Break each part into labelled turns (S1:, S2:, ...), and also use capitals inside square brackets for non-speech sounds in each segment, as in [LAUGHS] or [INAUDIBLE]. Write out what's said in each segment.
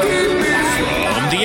S1: From the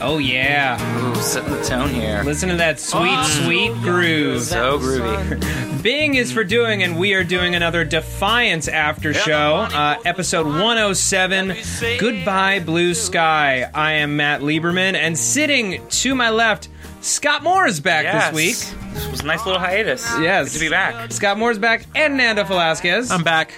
S2: Oh yeah,
S3: Ooh, setting the tone here. Ah.
S2: listen to that sweet, sweet groove.
S3: So groovy.
S2: Bing is for doing, and we are doing another Defiance after show, uh, episode 107. Goodbye, Blue Sky. I am Matt Lieberman, and sitting to my left, Scott Moore is back
S3: Yes.
S2: this week.
S3: This was a nice little hiatus.
S2: Yes,
S3: Good to be back.
S2: Scott Moore's back, and Nanda Velasquez.
S4: I'm back.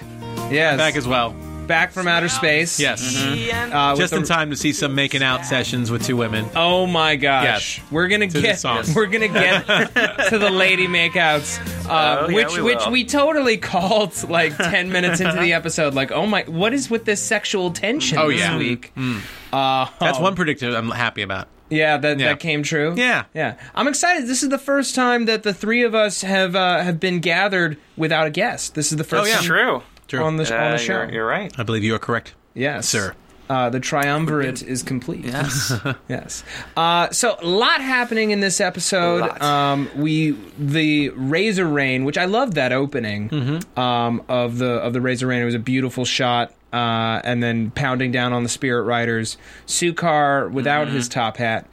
S2: yes,
S4: Back as well.
S2: back from outer space.
S4: Yes.
S2: uh, with
S4: Just in
S2: the-
S4: time to see some making out sessions with two women.
S2: Oh my gosh.
S4: Yes.
S2: We're gonna
S4: To the
S2: get
S4: song.
S2: [LAUGHS] we're gonna get to the lady makeouts. Uh,
S3: Oh, yeah,
S2: which
S3: we
S2: which
S3: will.
S2: we totally [LAUGHS] called
S3: [LAUGHS]
S2: like ten minutes into the episode, like, oh my what is with this sexual tension
S4: Oh,
S2: this
S4: yeah.
S2: week?
S4: That's one predictor I'm happy about.
S2: Yeah, that,
S4: Mm-hmm. Yeah.
S2: that came true.
S4: Yeah.
S2: Yeah. I'm excited. This is the first time that the three of us have uh, have been gathered without a guest. This is the first
S4: Oh, yeah.
S2: time
S3: True.
S4: True.
S2: on the
S3: Uh,
S2: on the
S3: you're-
S2: show.
S3: You're, right.
S4: I believe you are correct.
S2: Yes,
S4: Sir.
S2: Uh, the triumvirate is complete.
S3: Yes. [LAUGHS]
S2: Yes. Uh, so a lot happening in this episode.
S3: Lot.
S2: Um, we the Razor Rain, which I love that opening
S3: Mm-hmm.
S2: um, of the of the Razor Rain. It was a beautiful shot. Uh, and then pounding down on the Spirit Riders, Sukar without his
S3: Mm-hmm.
S2: top hat,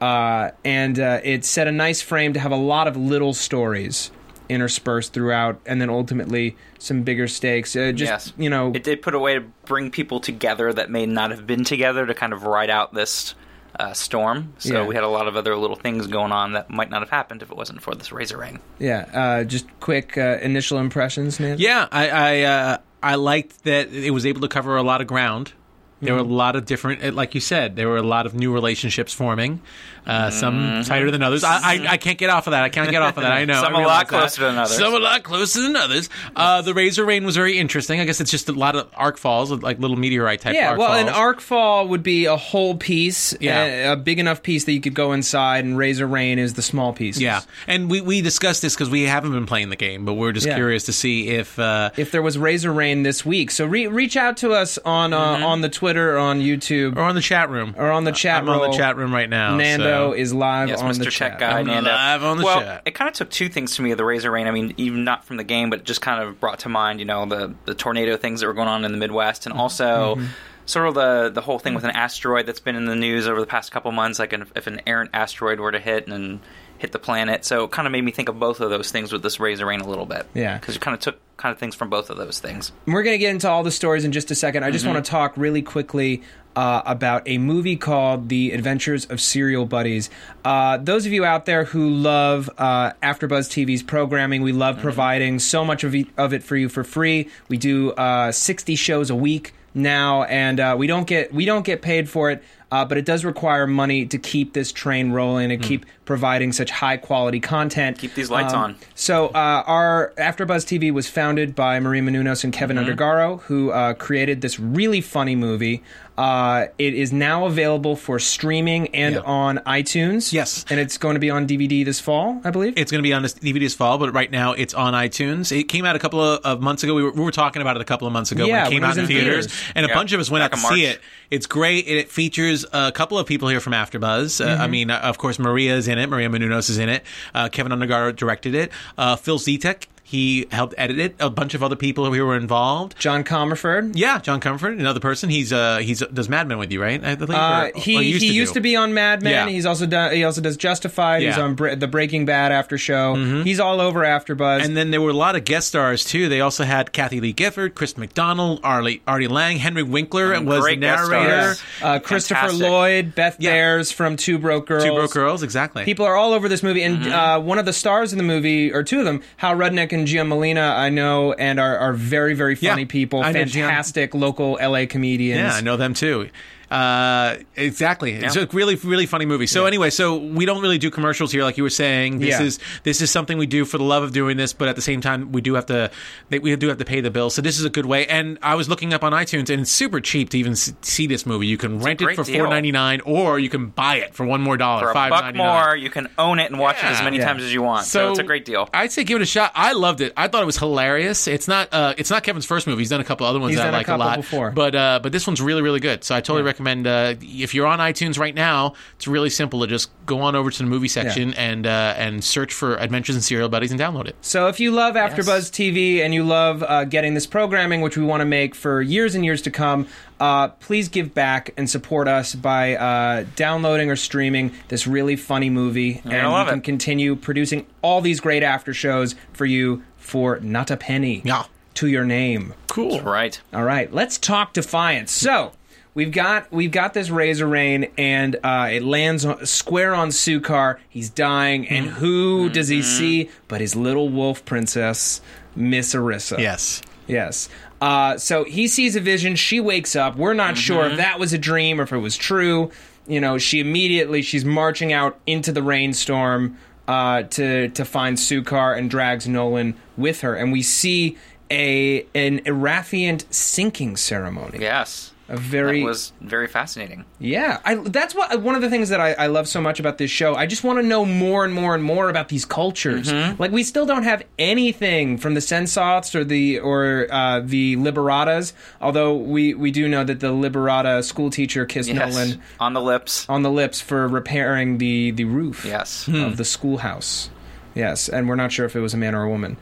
S2: uh, and uh, it set a nice frame to have a lot of little stories interspersed throughout, and then ultimately some bigger stakes. Uh, just
S3: yes.
S2: you know,
S3: it did put a way to bring people together that may not have been together to kind of ride out this uh, storm. So
S2: Yeah.
S3: we had a lot of other little things going on that might not have happened if it wasn't for this razor rain.
S2: yeah, uh, just quick uh, initial impressions, Nan.
S4: Yeah, I I, uh, I liked that it was able to cover a lot of ground. There were a lot of different, eh, like you said, there were a lot of new relationships forming, uh, some tighter than others. I, I, I can't get off of that. I can't get off of that. I know.
S3: Some
S4: I
S3: a
S4: realize that.
S3: lot closer than others.
S4: Some a lot closer than others. Uh, the Razor Rain was very interesting. I guess it's just a lot of arc falls, like little meteorite type
S2: Yeah,
S4: arc
S2: well,
S4: falls.
S2: an arc fall would be a whole piece,
S4: Yeah.
S2: a, a big enough piece that you could go inside, and Razor Rain is the small piece.
S4: Yeah, and we, we discussed this because we haven't been playing the game, but we're just
S2: Yeah.
S4: curious to see if uh,
S2: If there was Razor Rain this week, so re- reach out to us on uh,
S4: Mm-hmm.
S2: on the Twitter, or on YouTube,
S4: or on the chat room. Uh,
S2: or on the chat
S4: I'm
S2: room.
S4: on the chat room right now.
S2: Nando
S4: Oh, so-
S2: is live
S3: Yes,
S2: on
S3: Mr.
S2: the
S3: Tech
S2: chat.
S3: Guy.
S4: I'm
S3: Nando.
S4: live on the
S3: well,
S4: chat.
S3: It kind of took two things to me: the razor rain. I mean, even not from the game, but it just kind of brought to mind, you know, the the tornado things that were going on in the Midwest,
S2: Mm-hmm.
S3: and also. Sort of the the whole thing with an asteroid that's been in the news over the past couple months, like an, if an errant asteroid were to hit and hit the planet, so it kind of made me think of both of those things with this razor rain a little bit.
S2: Yeah.
S3: because it kind of took kind of things from both of those things.
S2: And We're going to get into all the stories in just a second. I just
S3: Mm-hmm.
S2: want to talk really quickly uh, about a movie called The Adventures of Serial Buddies. Uh, those of you out there who love uh, AfterBuzz TV's programming, we
S3: Mm-hmm.
S2: love providing so much of, e- of it for you for free. We do uh, 60 shows a week now, and uh, we don't get we don't get paid for it. Uh, but it does require money to keep this train rolling and keep providing such high quality content.
S3: Mm.
S2: Um,
S3: Keep these lights on.
S2: So uh, our AfterBuzz TV was founded by Marie Menounos and Kevin
S4: Mm-hmm.
S2: Undergaro, who uh, created this really funny movie. Uh, it is now available for streaming and
S4: Yeah.
S2: on iTunes.
S4: Yes.
S2: and it's going to be on DVD this fall, I believe.
S4: It's going to be on this DVD this fall, but right now it's on iTunes. It came out a couple of, of months ago. We were, we were talking about it a couple of months ago
S2: Yeah,
S4: when it came
S2: when it was
S4: out in
S2: in
S4: theaters,
S2: theaters.
S4: and a
S3: Yeah,
S4: bunch of us went out
S3: back
S4: to
S3: in
S4: see
S3: March.
S4: it. It's great. It, it features uh, a couple of people here from AfterBuzz. Uh, I
S2: Mm-hmm.
S4: mean, uh, of course, Maria is in it. Maria Menounos is in it. Uh, Kevin Undergaro directed it. Uh, Phil Zetek he helped edit it. A bunch of other people who were involved.
S2: John Comerford.
S4: Yeah, John Comfort, another person. He's uh he's does Mad Men with you, right? I believe, or-
S2: Uh,
S4: or
S2: he he
S4: do.
S2: used to be on Mad Men.
S4: Yeah.
S2: He's also done. He also does Justified. He's
S4: Yeah. Mm-hmm.
S2: on Bre- the Breaking Bad after show. He's all over AfterBuzz.
S4: And then there were a lot of guest stars too. They also had Kathy Lee Gifford, Chris McDonald, Arlie, Artie Lang, Henry Winkler was the
S3: great guest
S4: narrator.
S3: stars.
S2: uh, Christopher
S3: Fantastic.
S2: Lloyd, Beth
S4: Yeah.
S2: Bears from Two Broke Girls.
S4: Two Broke Girls, exactly. Mm-hmm.
S2: People are all over this movie, and uh, one of the stars in the movie, or two of them, Hal Rudnick and and Gian Molina, I know, and are, are very, very funny
S4: Yeah,
S2: people.
S4: I know Gian.
S2: Fantastic local LA comedians.
S4: Yeah, I know them too. Uh, exactly. It's
S3: Yeah.
S4: a really, really funny movie. So anyway, so we don't really do commercials here, like you were saying. This
S2: Yeah.
S4: is this is something we do for the love of doing this, but at the same time, we do have to they- we do have to pay the bill. So this is a good way. And I was looking up on iTunes, and it's super cheap to even s- see this movie. You can rent it
S3: great
S4: for
S3: deal.
S4: four ninety nine, or you can buy it for one more dollar,
S3: For a
S4: five
S3: buck
S4: ninety nine.
S3: more, you can own it and watch it as
S4: Yeah.
S3: many
S2: Yeah.
S3: times as you want. So, it's a great deal.
S4: I'd say give it a shot. I loved it. I thought it was hilarious. It's not uh, it's not Kevin's first movie. He's done a couple other ones
S2: He's
S4: that I
S2: done a
S4: like
S2: couple
S4: lot
S2: before.
S4: But uh, but this one's really really good. So I totally recommend uh, if you're on iTunes right now, it's really simple to just go on over to the movie section and uh, and search for Adventures in Serial Buddies and download it.
S2: So if you love AfterBuzz
S3: Yes.
S2: TV and you love uh, getting this programming, which we want to make for years and years to come, uh, please give back and support us by uh, downloading or streaming this really funny movie, and
S3: love
S2: we can
S3: it.
S2: continue producing all these great after shows for you for not a penny
S4: Yeah.
S2: to your name.
S4: Cool.
S3: Right.
S2: All right, let's talk defiance. So we've got we've got this razor rain, and uh, it lands on, square on Sukar. He's dying, and who does he see? But his little wolf princess, Miss Arissa.
S4: Yes.
S2: Yes. Uh, so he sees a vision. She wakes up. We're
S3: Mm-hmm.
S2: not sure if that was a dream or if it was true. You know, she immediately she's marching out into the rainstorm uh, to to find Sukar and drags Nolan with her, and we see a an Erathiant sinking ceremony.
S3: Yes.
S2: A very
S3: That was very fascinating.
S2: yeah, I, that's what one of the things that I, I love so much about this show. I just want to know more and more and more about these cultures.
S3: Mm-hmm.
S2: Like we still don't have anything from the Sensats or the or uh, the Liberatas. Although we we do know that the Liberata school teacher kissed
S3: Yes.
S2: Nolan Oh.
S3: On the lips.
S2: on the lips for repairing the the roof
S3: Yes. Hmm.
S2: of the schoolhouse. Yes, and we're not sure if it was a man or a woman.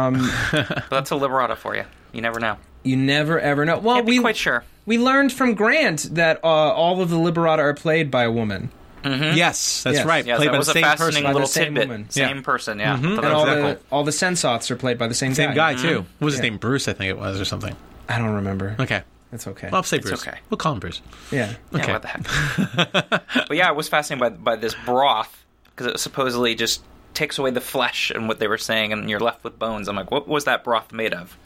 S3: But that's a liberata for you. You never know.
S2: You never ever know. Well,
S3: Can't
S2: Oh, we
S3: be quite sure.
S2: we learned from Grant that uh, all of the Liberata are played by a woman.
S3: Hmm?
S4: Yes, that's
S2: Yes.
S4: right.
S3: Yes,
S4: Played
S3: that
S4: by
S3: was
S4: the
S3: a
S4: same
S3: fascinating
S4: person.
S2: By the
S3: little
S2: same
S3: tidbit.
S2: woman. Mm-hmm.
S3: Same
S4: Yeah.
S3: person, yeah. Thought that
S2: and
S3: was
S2: all
S3: very
S2: the
S3: cool.
S2: all the sensots are played by the same,
S4: Same
S2: guy.
S4: guy too. What was his name? Bruce, I think it was, or something.
S2: I don't remember.
S4: Okay.
S2: That's okay.
S4: Well, I'll say Bruce.
S3: okay.
S4: We'll call him Bruce.
S2: yeah.
S3: Yeah, what the heck? [LAUGHS] but yeah, I was fascinated by by this broth because it supposedly just takes away the flesh and what they were saying, and you're left with bones. I'm like, what was that broth made of?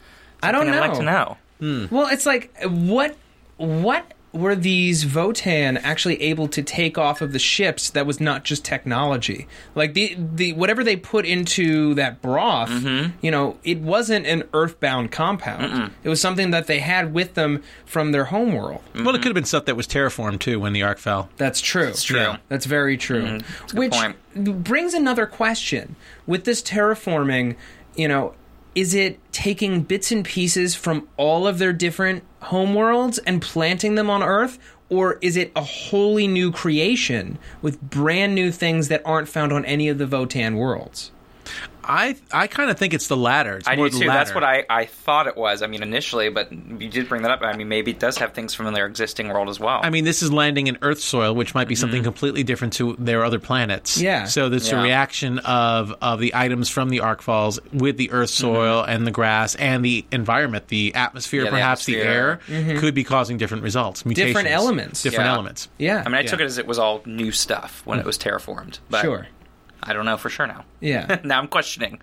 S2: I don't
S3: And
S2: know.
S3: I'd like to know.
S2: Well, it's like what what were these Votan actually able to take off of the ships that was not just technology? Like the the whatever they put into that broth, you know, it wasn't an earthbound compound. It was something that they had with them from their homeworld.
S4: Well,
S3: Mm-hmm.
S4: it could have been stuff that was terraformed too when the ark fell.
S2: That's true. That's
S3: true. Mm-hmm. Yeah.
S2: That's very true. Which
S3: point.
S2: brings another question. With this terraforming, you know, is it taking bits and pieces from all of their different homeworlds and planting them on Earth? Or is it a wholly new creation with brand new things that aren't found on any of the Votan worlds?
S4: I I kind of think it's the latter. It's
S3: I
S4: more
S3: do
S4: the
S3: too.
S4: latter.
S3: That's what I, I thought it was. I mean, initially, but you did bring that up. I mean, maybe it does have things from their existing world as well.
S4: I mean, this is landing in Earth soil, which might be
S3: Mm-hmm.
S4: something completely different to their other planets.
S2: Yeah.
S4: So it's
S3: Yeah.
S4: a reaction of of the items from the arc falls with the Earth soil and the grass and the environment, the atmosphere,
S3: Mm-hmm. Yeah, the
S4: perhaps the,
S3: atmosphere.
S4: air, could be causing different results, mutations,
S2: Mm-hmm. elements.
S4: different
S3: Yeah.
S4: elements.
S2: Yeah.
S3: I mean, I took
S4: Yeah.
S3: it as it was all new stuff when it was terraformed. But
S2: sure.
S3: I don't know for sure now.
S2: Yeah.
S3: [LAUGHS]
S2: [LAUGHS]
S3: now I'm questioning.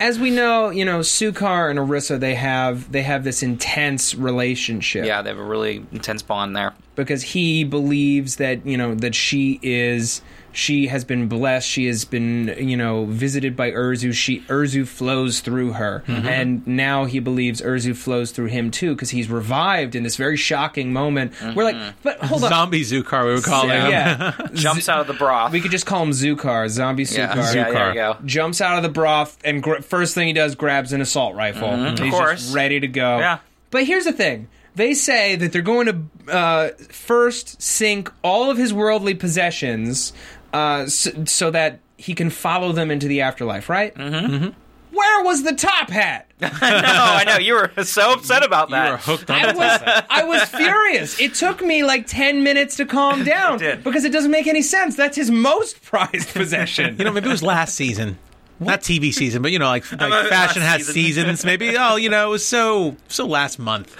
S2: As we know, you know, Sukar and Orissa, they have they have this intense relationship.
S3: Yeah, they have a really intense bond there.
S2: because he believes that you know that she is she has been blessed she has been you know visited by urzu she urzu flows through her and now he believes urzu flows through him too because he's revived in this very shocking moment we're like but hold on
S4: Zombie Zukar, we would call them. [LAUGHS]
S2: yeah
S3: Jumps out of the broth.
S2: we could just call him zukar zombie
S3: yeah,
S2: zukar
S3: yeah, there you go.
S2: jumps out of the broth and gr- first thing he does grabs an assault rifle. He's
S3: Mm-hmm. Of course.
S2: just ready to go.
S3: Yeah.
S2: But here's the thing. They say that they're going to uh, first sink all of his worldly possessions uh, so, so that he can follow them into the afterlife, right? Mm-hmm. Where was the top hat?
S3: [LAUGHS] no, I know you were so upset about that.
S4: You are hooked on
S2: I
S3: [LAUGHS]
S4: it.
S2: was I was furious. It took me like ten minutes to
S3: [LAUGHS]
S2: calm down
S3: did.
S2: because it doesn't make any sense. That's his most prized possession.
S4: You know, maybe it was last season. Not TV season,
S3: [LAUGHS]
S4: but you know, like, like fashion has
S3: season.
S4: seasons. Maybe oh, you know, it was so so last month.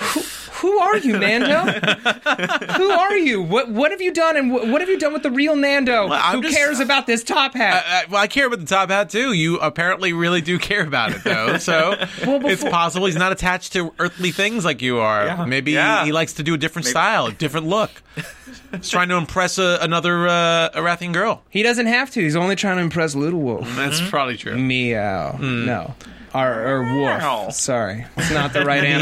S2: Who are you, Mando? Who are you? What what have you done? And wh- what have you done with the real Nando?
S4: Well, I'm
S2: Who
S4: just-
S2: cares about this top hat?
S4: Uh, well, I care about the top hat too. You apparently really do care about it,
S2: [LAUGHS]
S4: though. So it's possible he's not attached to earthly things like you are. Maybe
S3: Yeah.
S4: He, he likes to do a different style, a different look. He's trying to impress a, another uh, Arathian girl.
S2: he doesn't have to. He's only trying to impress Little Wolf.
S4: That's probably true.
S2: Meow. No. Or, or wolf.
S3: Meow.
S2: Sorry. It's not the
S4: [LAUGHS]
S2: right animal.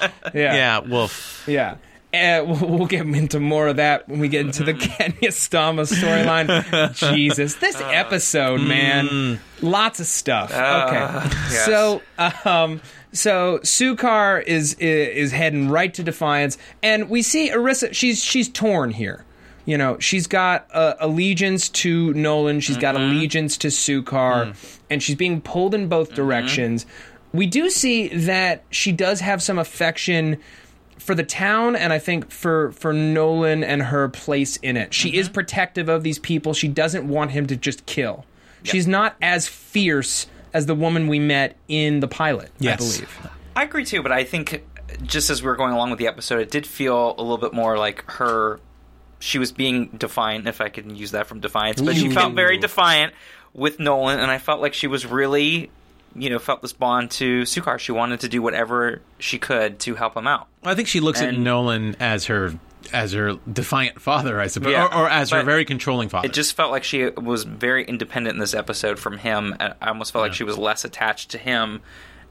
S4: Yeah, Oh,
S2: Yeah.
S4: yeah, wolf.
S2: Yeah. Uh, [LAUGHS] we'll, we'll get into more of that when we get into the Kenya Stama storyline. Jesus, this episode, man, lots of stuff. okay,
S3: yes.
S2: so um, so Sukar is, is is heading right to Defiance, and we see Arissa. She's she's torn here. You know, she's got uh, allegiance to Nolan. She's got allegiance to Sukar, and she's being pulled in both directions. We do see that she does have some affection for the town and I think for for Nolan and her place in it. She is protective of these people. She doesn't want him to just kill. She's not as fierce as the woman we met in the pilot,
S4: Yes.
S2: I believe.
S3: I agree too, but I think just as we were going along with the episode, it did feel a little bit more like her. She was being defiant, if I could use that from defiance, but she felt very defiant with Nolan, and I felt like she was really, you know, felt this bond to Sukar. She wanted to do whatever she could to help him out.
S4: I think she looks at
S3: And-
S4: Nolan as her as her defiant father, I suppose,
S3: Yeah,
S4: or, or as her
S3: but
S4: very controlling father.
S3: It just felt like she was very independent in this episode from him. and I almost felt like she was less attached to him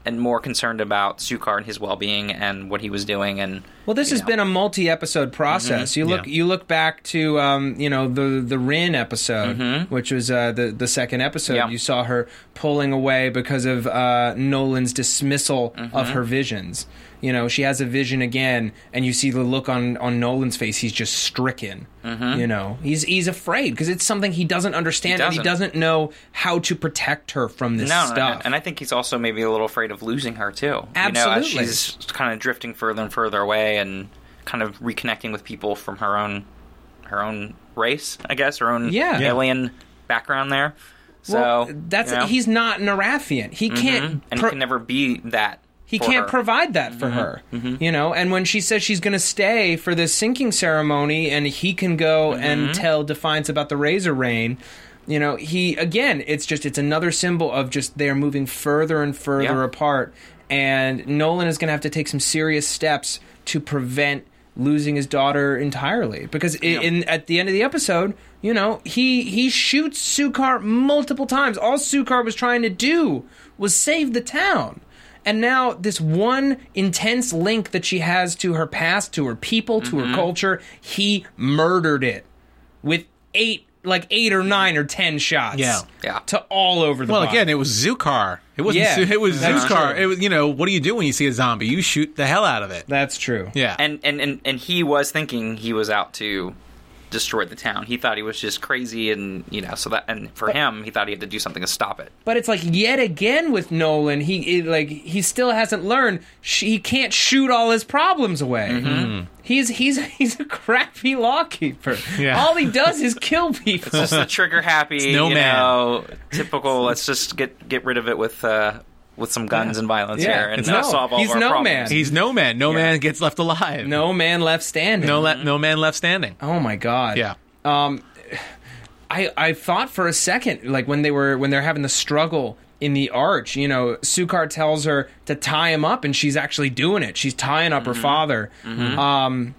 S3: and more concerned about Sukar and his well-being and what he was doing. And
S2: Well, this
S3: you
S2: has
S3: know.
S2: been a multi-episode
S3: Mm-hmm.
S2: process. You look,
S4: Yeah.
S2: you look back to um, you know the the Rin episode, which was uh, the the second episode.
S3: Mm-hmm. Yeah.
S2: You saw her pulling away because of uh, Nolan's dismissal of
S3: Mm-hmm.
S2: her visions. You know, she has a vision again, and you see the look on on Nolan's face. He's just stricken.
S3: Mm-hmm.
S2: You know, he's he's afraid because it's something he doesn't understand, and he
S3: doesn't.
S2: doesn't know how to protect her from this
S3: no, no,
S2: stuff.
S3: no, and I think he's also maybe a little afraid of losing her too. you know, as
S2: Absolutely.
S3: she's kind of drifting further and further away and kind of reconnecting with people from her own her own race, I guess, her own
S2: Yeah. Yeah.
S3: alien background there. So
S2: Well, that's
S3: you know, mm-hmm.
S2: he's not an Arathian. He can't
S3: and
S2: pro-
S3: he can never be that.
S2: He
S3: for
S2: can't
S3: her. Mm-hmm.
S2: provide that for her, you know. And when she says she's going to stay for this sinking ceremony, and he can go
S3: Mm-hmm.
S2: and tell Defiance about the Razor Rain, you know, he again, it's just it's another symbol of just they're moving further and further
S3: Yeah.
S2: apart, and Nolan is going to have to take some serious steps to prevent losing his daughter entirely because i in at the end of the episode you know he he shoots sukar multiple times all sukar was trying to do was save the town and now this one intense link that she has to her past, to her people, to
S4: Mm-hmm.
S2: her culture, he murdered it with eight, like eight or nine or ten shots.
S4: Yeah.
S3: Yeah.
S2: To all over the
S4: well,
S2: body.
S4: again, it was Zukar. It wasn't.
S2: Yeah,
S4: Zu- it was
S2: that's
S4: Zukar.
S2: true.
S4: It was. You know, what do you do when you see a zombie? You shoot the hell out of it.
S2: that's true.
S4: Yeah.
S3: And, and and and he was thinking he was out to destroy the town. He thought he was just crazy and you know, so that and for him he thought he had to do something to stop it.
S2: But it's like yet again with Nolan, he it, like he still hasn't learned. She, he can't shoot all his problems away.
S4: Mm-hmm.
S2: He's he's [LAUGHS] he's a crappy lawkeeper.
S4: Yeah.
S2: All he does is kill
S4: [LAUGHS]
S2: people.
S3: just
S2: [LAUGHS]
S3: the trigger happy,
S4: no
S3: you
S4: man.
S3: know, typical. Let's just get get rid of it with uh, with some guns and violence
S2: Yeah.
S3: here, and
S2: It's
S3: uh,
S2: no-
S3: solve all
S2: he's
S3: of our
S2: no man.
S3: problems.
S4: He's no man. No man gets left alive.
S2: no man left standing.
S4: No, le- no man left standing.
S2: Oh my god.
S4: Yeah.
S2: I, I thought for a second, like when they were when they're having the struggle in the arch, you know, Sukar tells her to tie him up, and she's actually doing it. She's tying up her father, um,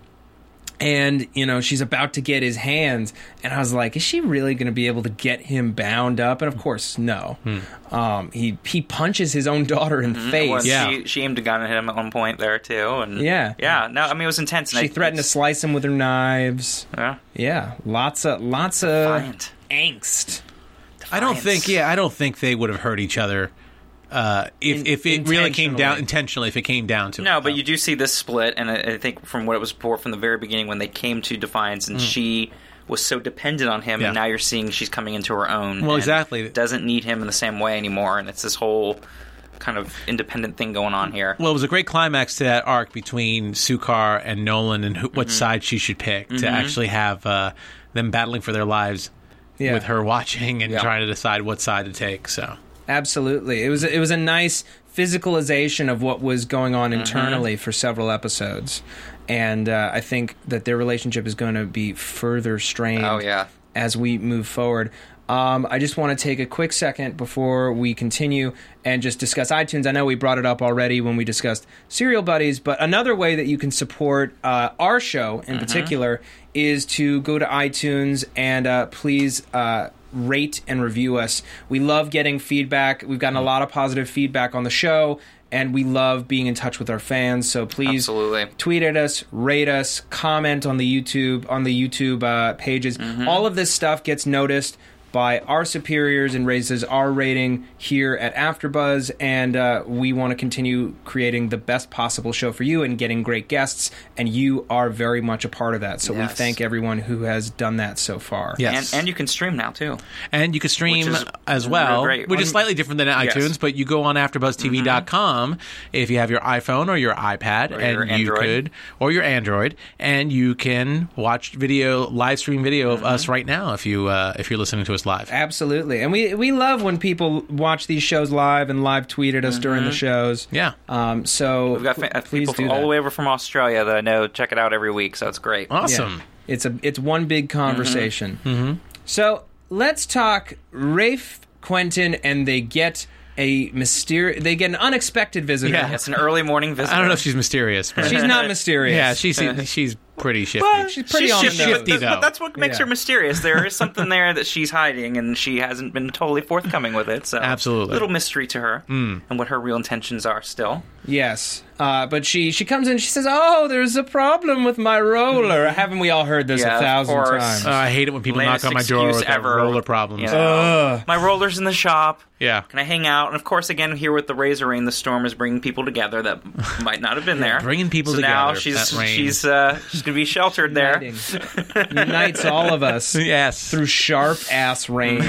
S2: and you know she's about to get his hands. And I was like, is she really going to be able to get him bound up? And of course, no. Um, he he punches his own daughter in the face.
S3: Well,
S4: Yeah.
S3: she, she aimed a gun at him at one point there too, and
S2: Yeah.
S3: yeah. No, I mean it was intense. and
S2: she
S3: I-
S2: threatened to
S3: it's-
S2: slice him with her knives.
S3: Yeah.
S2: Yeah, lots of lots of
S3: Defiant.
S2: angst.
S4: I don't
S3: Defiance.
S4: think. Yeah, I don't think they would have hurt each other uh, if
S2: In-
S4: if it really came down
S2: intentionally.
S4: intentionally. If it came down to
S3: No,
S4: it. Um,
S3: but you do see this split, and I, I think from what it was before, from the very beginning when they came to Defiance, and she was so dependent on him,
S4: Mm. Yeah.
S3: and now you're seeing she's coming into her own.
S4: Well,
S3: and
S4: exactly.
S3: Doesn't need him in the same way anymore, and it's this whole kind of independent thing going on here.
S4: Well, it was a great climax to that arc between Sukar and Nolan and who, what
S2: Mm-hmm.
S4: side she should pick to actually have uh, them battling for their lives
S2: Yeah.
S4: with her watching and
S3: Yeah.
S4: trying to decide what side to take. So
S2: absolutely. It was it was a nice physicalization of what was going
S3: Mm-hmm.
S2: on internally for several episodes, and uh, I think that their relationship is going to be further strained.
S3: Oh, yeah.
S2: as we move forward. Um, I just want to take a quick second before we continue and just discuss iTunes. I know we brought it up already when we discussed Serial Buddies, but another way that you can support uh, our show in particular is to go to iTunes and uh, please. Uh, Rate and review us. We love getting feedback. We've gotten a lot of positive feedback on the show, and we love being in touch with our fans. So please
S3: Absolutely.
S2: tweet at us, rate us, comment on the YouTube on the YouTube uh, pages.
S3: Mm-hmm.
S2: All of this stuff gets noticed by our superiors and raises our rating here at AfterBuzz, and uh, we want to continue creating the best possible show for you and getting great guests. And you are very much a part of that. So we
S3: Yes.
S2: thank everyone who has done that so far.
S3: And,
S4: Yes.
S3: and you can stream now too.
S4: And you can stream
S3: Which is
S4: as well,
S3: really great.
S4: which
S3: On-
S4: is slightly different than
S3: Yes.
S4: iTunes, but you go on AfterBuzzTV.com if you have your iPhone or your iPad,
S3: Or
S4: and
S3: your
S4: you
S3: Android.
S4: could, or your Android, and you can watch video, live stream video of
S3: Mm-hmm.
S4: us right now if you uh, if you're listening to us live.
S2: Absolutely. And we, we love when people watch these shows live and live tweet at us during the shows.
S4: Yeah.
S3: Uh,
S2: Um, so
S3: Mm-hmm. We've got fa- uh,
S2: please
S3: people
S2: do
S3: from all
S2: that.
S3: the way over from Australia that I know check it out every week, so it's great.
S2: Yeah.
S4: Awesome. Mm-hmm.
S2: It's a it's one big conversation. So let's talk Rafe Quentin, and they get a myster. They get an unexpected visitor.
S4: Yeah.
S3: It's an early morning visit.
S4: I don't know if she's mysterious. But
S2: She's not mysterious.
S4: [LAUGHS] yeah, she's she's pretty shifty.
S2: Well, she's pretty on the
S3: shifty,
S2: nose.
S3: but, th-
S4: though.
S3: but that's what makes
S2: Yeah.
S3: her mysterious. There is something there that she's hiding, and she hasn't been totally forthcoming with it. So
S4: Absolutely. Hmm.
S3: little mystery to her and what her real intentions are still.
S2: Yes, uh, but she she comes in. She says, "Oh, there's a problem with my roller." Haven't we all heard this a
S3: Yeah, of
S2: thousand
S3: course.
S2: times?
S4: Uh, I hate it when people knock
S3: Latest
S4: on my door
S3: excuse
S4: with their
S3: ever.
S4: roller problems.
S3: You know, my roller's in the shop.
S4: Yeah.
S3: Can I hang out? And of course, again, here with the Razor Rain, the storm is bringing people
S4: [LAUGHS]
S3: together that might not have been there.
S4: bringing people
S3: so Now
S4: together,
S3: she's
S4: that rain.
S3: she's uh, she's gonna be sheltered there.
S4: Uh,
S2: Unites all of
S4: [LAUGHS]
S2: us.
S4: Yes.
S2: through sharp ass rain.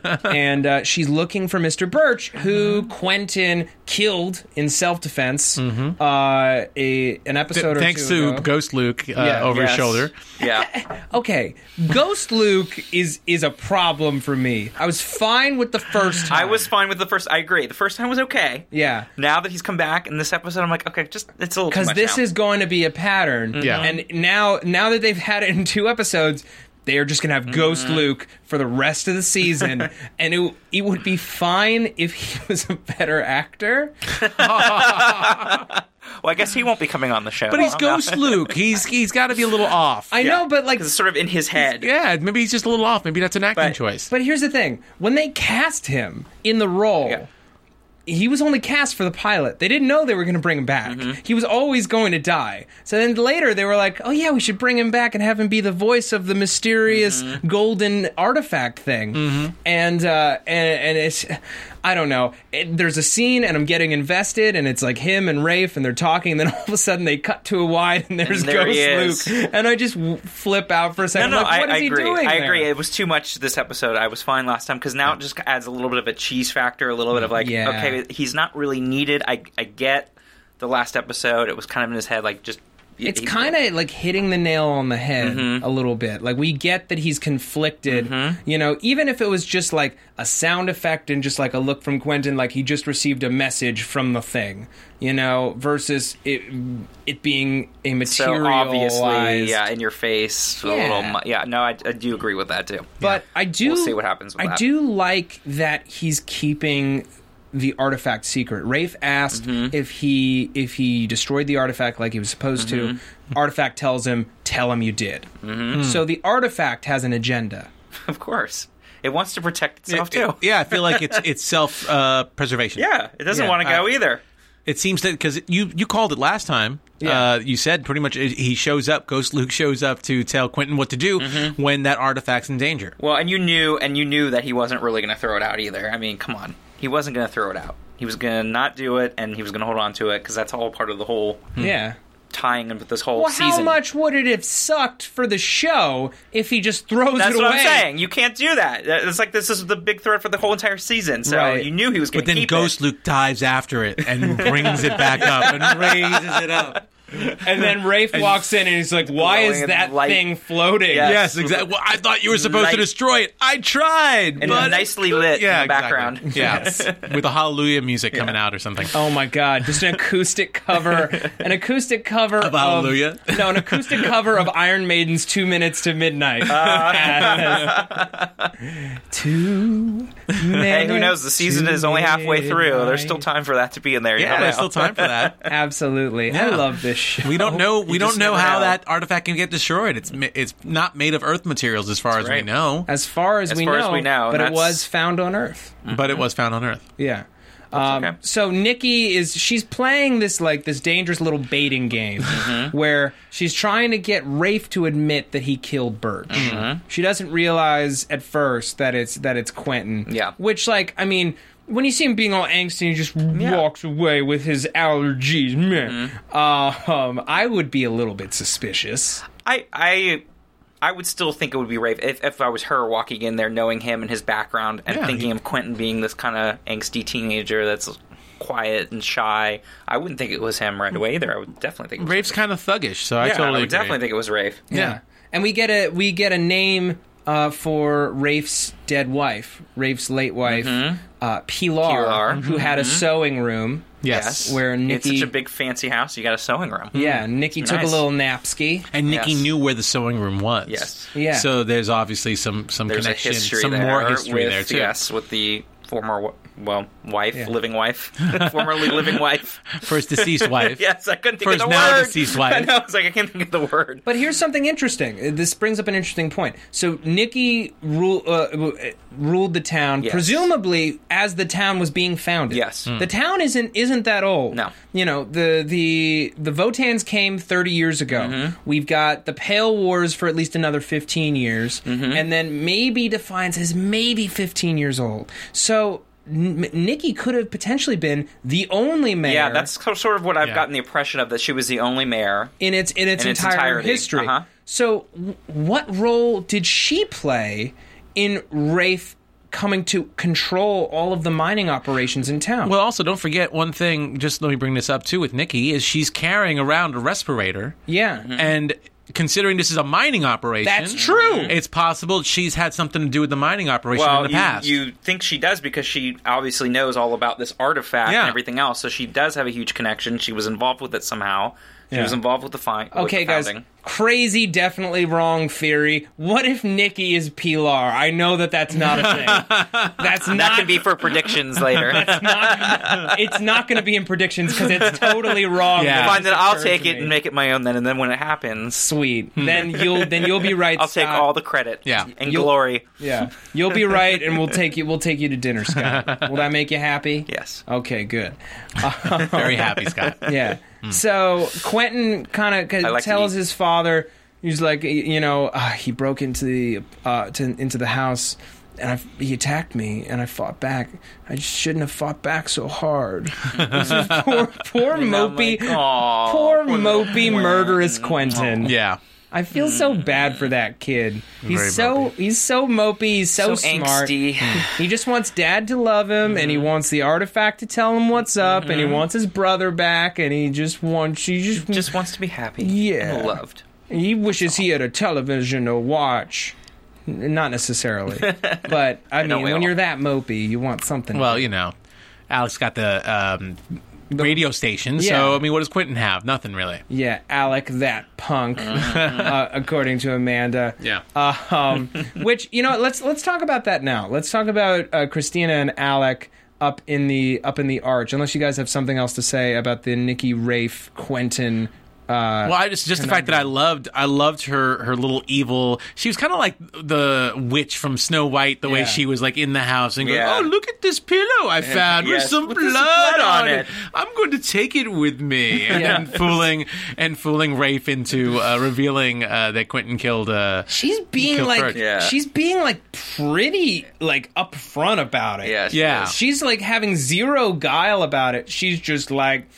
S4: [LAUGHS]
S2: and uh, she's looking for Mr. Birch,
S4: Mm-hmm.
S2: who Quentin killed in self defense uh, a, an episode or
S4: Mm-hmm. Thanks
S2: two
S4: to
S2: ago.
S4: Ghost Luke uh,
S2: Yeah.
S4: over
S3: Yes.
S4: his shoulder. [LAUGHS]
S3: Yeah.
S2: okay, Ghost Luke is is a problem for me. I was fine with the first time.
S3: I was fine with the first. I agree. The first time was okay.
S2: yeah.
S3: Now that he's come back in this episode, I'm like, okay, just it's a little
S2: Because
S3: because
S2: this is going to be a pattern,
S4: Yeah.
S2: and now now that they've had it in two episodes, they are just going to have Ghost
S4: Mm-hmm.
S2: Luke for the rest of the
S4: [LAUGHS]
S2: season, and it it would be fine if he [LAUGHS] was a better actor.
S3: Well, I guess he won't be coming on the show.
S4: But he's Ghost Luke. He's he's got to be a little off.
S2: I know, but like,
S3: It's sort of in his head.
S4: yeah, maybe he's just a little off. Maybe that's an acting
S3: But-
S4: choice.
S2: but here's the thing: when they cast him in the role,
S3: Yeah.
S2: he was only cast for the pilot. They didn't know they were going to bring him back.
S3: Mm-hmm.
S2: He was always going to die. So then later they were like, "Oh yeah, we should bring him back and have him be the voice of the mysterious
S3: Mm-hmm.
S2: golden artifact thing." And uh, and and it's. I don't know. It, there's a scene, and I'm getting invested, and it's like him and Rafe, and they're talking. And then [LAUGHS] all of a sudden, they cut to a wide, and there's
S3: there he
S2: Ghost
S3: is.
S2: Luke, and I just w- flip out for a
S3: No,
S2: second.
S3: no,
S2: I'm like,
S3: I,
S2: what is
S3: I
S2: he
S3: agree.
S2: doing?
S3: I
S2: there?
S3: agree. It was too much this episode. I was fine last time because now it just adds a little bit of a cheese factor, a little bit of like,
S2: Yeah.
S3: okay, he's not really needed. I I get the last episode. It was kind of in his head, like just.
S2: it's kind of like hitting the nail on the head
S3: Mm-hmm.
S2: a little bit. Like we get that he's conflicted, you know, even if it was just like a sound effect and just like a look from Quentin like he just received a message from the thing, you know, versus it it being a
S3: so
S2: materialized
S3: obviously, yeah, in your face, a little,
S2: Yeah.
S3: mu- yeah. No, I, I do agree with that too.
S2: But I do.
S3: We'll see what happens with
S2: I
S3: that.
S2: do like that he's keeping the artifact secret. Rafe asked
S3: Mm-hmm.
S2: if he if he destroyed the artifact like he was supposed to.
S3: Mm-hmm.
S2: Artifact tells him, "Tell him you did." So the artifact has an agenda.
S3: [LAUGHS] Of course, it wants to protect itself too.
S4: yeah, I feel like it's it's self uh, preservation.
S3: Yeah, it doesn't want to go either.
S4: it seems that because you you called it last time.
S2: Yeah.
S4: Uh, you said pretty much it- he shows up. Ghost Luke shows up to tell Quentin what to do when that artifact's in danger.
S3: Well, and you knew, and you knew that he wasn't really going to throw it out either. I mean, come on, he wasn't going to throw it out. He was going to not do it, and he was going to hold on to it because that's all part of the whole
S2: Yeah.
S3: tying in with this whole
S2: Well,
S3: Hmm. season.
S2: how much would it have sucked for the show if he just throws
S3: That's
S2: it away?
S3: what I'm saying. You can't do that. That- It's like this is the big threat for the whole entire season. So
S2: Right.
S3: you knew he was going
S4: But
S3: to
S4: then
S3: keep
S4: Ghost [LAUGHS]
S3: it.
S4: Luke dives after it and brings it back up and raises it up.
S2: [LAUGHS] And then Rafe walks in and he's like, "Why is
S3: Glowing
S2: that
S3: light.
S2: thing floating?"
S3: Yeah.
S4: Yes, exactly. Well, I thought you were supposed to
S3: Light.
S4: destroy it. I tried,
S3: And
S4: but
S3: nicely lit in
S4: yeah,
S3: the background.
S4: exactly.
S3: [LAUGHS]
S4: Yeah, with the hallelujah music coming out or something.
S2: Oh my god! Just an acoustic cover, an acoustic cover of,
S4: Hallelujah?
S2: No, an acoustic cover of Iron Maiden's Two Minutes to
S4: [LAUGHS]
S2: Midnight. two.
S3: Hey, who knows? The season is only halfway through. There's still time for that to be in there. You
S4: Yeah,
S3: don't
S4: there's
S3: know.
S4: still time for that.
S2: Absolutely, I
S4: Yeah.
S2: love this show.
S4: We don't know. We don't
S3: just
S4: know
S3: never
S4: how
S3: know.
S4: that artifact can get destroyed. It's ma- it's not made of Earth materials as far as we
S3: right.
S4: know,
S2: as far as,
S3: As
S2: we,
S3: far
S2: know,
S3: as we know,
S2: but it
S3: that's-
S2: was found on Earth.
S4: but it was found on Earth.
S2: Yeah. Um,
S3: okay.
S2: So Nikki is she's playing this like this dangerous little baiting game [LAUGHS] where she's trying to get Rafe to admit that he killed Birch. She doesn't realize at first that it's that it's Quentin.
S3: Yeah.
S2: Which like I mean. When you see him being all angsty and he just walks away with his allergies, man, um, I would be a little bit suspicious.
S3: I, I, I would still think it would be Rafe if, if I was her walking in there, knowing him and his background, and
S4: Yeah,
S3: thinking
S4: he-
S3: of Quentin being this kind of angsty teenager that's quiet and shy. I wouldn't think it was him right away either. I would definitely think it was
S4: Rafe's kind of thuggish, so I
S3: Yeah,
S4: totally
S3: I would
S4: agree.
S3: definitely think it was Rafe.
S4: yeah.
S2: and we get a we get a name uh, for Rafe's dead wife, Rafe's late wife, uh, Pilar,
S3: Mm-hmm. Pilar. Mm-hmm.
S2: who had a sewing room.
S4: Yes.
S2: where
S3: It's
S2: Nikki-
S3: such a big fancy house. You got a sewing room.
S2: Yeah, Nikki took
S3: Nice.
S2: a little napsky.
S4: And Nikki
S3: Yes.
S4: knew where the sewing room was.
S3: Yes.
S2: Yeah.
S4: So there's obviously some some
S3: There's a
S4: connection,
S3: history
S4: some
S3: there.
S4: more history
S3: with,
S4: there too.
S3: Yes, with the former w- well wife,
S4: [LAUGHS]
S3: living wife, formerly living wife.
S4: First
S3: [LAUGHS]
S4: deceased wife.
S3: Yes, I couldn't think
S4: First
S3: of the
S4: now
S3: word.
S4: deceased
S3: [LAUGHS] I
S4: wife.
S3: know. I was like, I can't think of the word.
S2: But here's something interesting. Uh, This brings up an interesting point. So Nikki rule, uh, w- uh, ruled the town,
S3: Yes.
S2: presumably as the town was being founded.
S3: Yes. Mm.
S2: the town isn't isn't that old.
S3: No.
S2: you know the the the Votans came 30 years ago.
S3: Mm-hmm.
S2: We've got the Pale Wars for at least another 15 years,
S3: Mm-hmm.
S2: and then maybe defines as maybe 15 years old. So. N- Nikki could have potentially been the only mayor.
S3: Yeah, that's so- sort of what I've
S4: Yeah.
S3: gotten the impression of that she was the only mayor.
S2: in its in its
S3: In its
S2: entire
S3: entirety,
S2: history.
S3: uh-huh.
S2: So, w- what role did she play in Rafe coming to control all of the mining operations in town?
S4: Well, also don't forget one thing. Just let me bring this up too with Nikki is she's carrying around a respirator,
S2: yeah,
S3: mm-hmm.
S4: and considering this is a mining operation,
S2: That's true.
S4: It's possible she's had something to do with the mining operation
S3: Well,
S4: in the
S3: you,
S4: past.
S3: you think she does because she obviously knows all about this artifact
S4: Yeah.
S3: and everything else. So she does have a huge connection. She was involved with it somehow. She was involved with the find.
S2: okay, guys. Crazy, definitely wrong theory. What if Nikki is Pilar? I know that that's not a
S3: [LAUGHS]
S2: thing. That's not.
S3: That can be for predictions later.
S2: it's [LAUGHS] not going to be in predictions because it's totally wrong.
S4: Yeah.
S2: It
S3: Fine, then
S2: just
S3: I'll
S2: occurred
S3: take
S2: to
S3: it
S2: me.
S3: and make it my own then. And then when it happens,
S2: sweet. Then you'll then you'll be right.
S3: Hmm. I'll take
S2: Scott.
S3: all the credit
S4: Yeah.
S3: and
S2: You'll-
S3: glory.
S2: Yeah, [LAUGHS] you'll be right, and we'll take you. We'll take you to dinner,
S3: [LAUGHS]
S2: Scott. Will that make you happy?
S3: Yes.
S2: Okay,
S3: [LAUGHS]
S2: good.
S4: Very happy, Scott.
S2: Yeah. So Quentin kind of
S3: Hmm. I like to
S2: tells
S3: eat.
S2: his father, he's like, you know, uh, he broke into the uh, to, into the house, and I, he attacked me, and I fought back. I just shouldn't have fought back so
S3: [LAUGHS]
S2: hard. this is poor, poor mopey,
S3: Aw,
S2: poor
S3: poor little
S2: mopey,
S3: Quentin.
S2: murderous Quentin.
S4: Yeah.
S2: I feel so bad for that kid. He's
S4: Very
S2: so
S4: mopey.
S2: he's so mopey. He's so,
S3: so
S2: smart.
S3: angsty.
S2: He just wants dad to love him, and he wants the artifact to tell him what's up, and he wants his brother back, and he just wants he just,
S3: Just wants to be happy.
S2: Yeah.
S3: And loved.
S2: he wishes he had a television to watch. N- Not necessarily, but I
S3: know
S2: mean,
S3: we
S2: when
S3: all-
S2: you're that mopey, you want something.
S4: Well, you know, Alex got the um, radio station,
S2: Yeah.
S4: so I mean, what does Quentin have? Nothing really.
S2: yeah, Alec, that punk, uh, according to Amanda.
S4: Yeah.
S2: um, which you know let's let's talk about that now let's talk about uh, christina and alec up in the up in the arch unless you guys have something else to say about the nikki rafe quentin uh,
S4: Well, I just just the fact that I loved I loved her her little evil. She was kind of like the witch from Snow White, the
S2: Yeah.
S4: way she was like in the house and
S3: Yeah.
S4: going, "Oh, look at this pillow I found with
S3: yes,
S4: some
S3: with
S4: blood,
S3: some blood
S4: on
S3: on
S4: it.
S3: it."
S4: I'm going to take it with me." And then fooling and fooling Rafe into uh, revealing uh, that Quentin killed. Uh,
S2: she's being
S4: Kill
S2: like
S4: Kirk.
S3: Yeah.
S2: she's being like pretty like upfront about it
S3: Yeah. she
S4: yeah,
S3: is.
S2: She's like having zero guile about it. She's just like,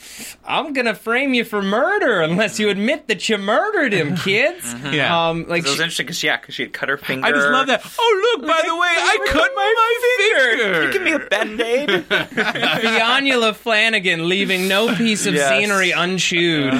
S2: I'm gonna frame you for murder unless unless you admit that you murdered him, kids.
S3: Mm-hmm.
S4: Yeah.
S2: Um, like
S3: It was
S2: she-
S3: interesting because yeah, 'cause she had cut her finger.
S4: I just love that. Oh look! By
S2: I
S4: the way, I
S2: cut
S4: cut my finger.
S3: You give me a band aid. [LAUGHS]
S2: Fionnuala Flanagan leaving no piece of
S3: Yes. Uh-huh.
S2: scenery unchewed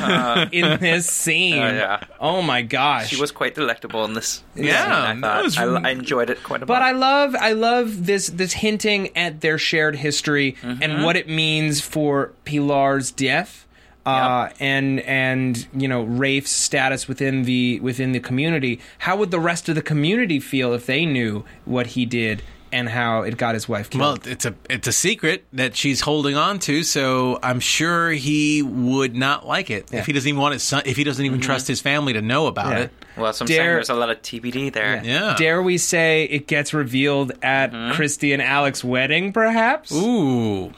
S2: in this scene.
S3: Oh, yeah.
S2: Oh my gosh.
S3: she was quite delectable in this. scene,
S4: Yeah,
S3: I
S4: that
S3: thought
S4: was-
S3: I, I enjoyed it quite a
S2: but I
S3: bit.
S2: love I love this this hinting at their shared history
S4: Mm-hmm.
S2: and what it means for Pilar's death. Uh, and and you know Rafe's status within the within the community. How would the rest of the community feel if they knew what he did and how it got his wife killed?
S4: Well, it's a it's a secret that she's holding on to, so I'm sure he would not like it if he doesn't even want his son. If he doesn't even trust his family to know about
S2: Yeah.
S4: it.
S3: well, so I'm saying
S2: Dare-
S3: there's a lot of TBD there.
S4: Yeah. Mm-hmm.
S2: Dare we say it gets revealed at Christy and Alex's wedding, perhaps?
S4: Ooh,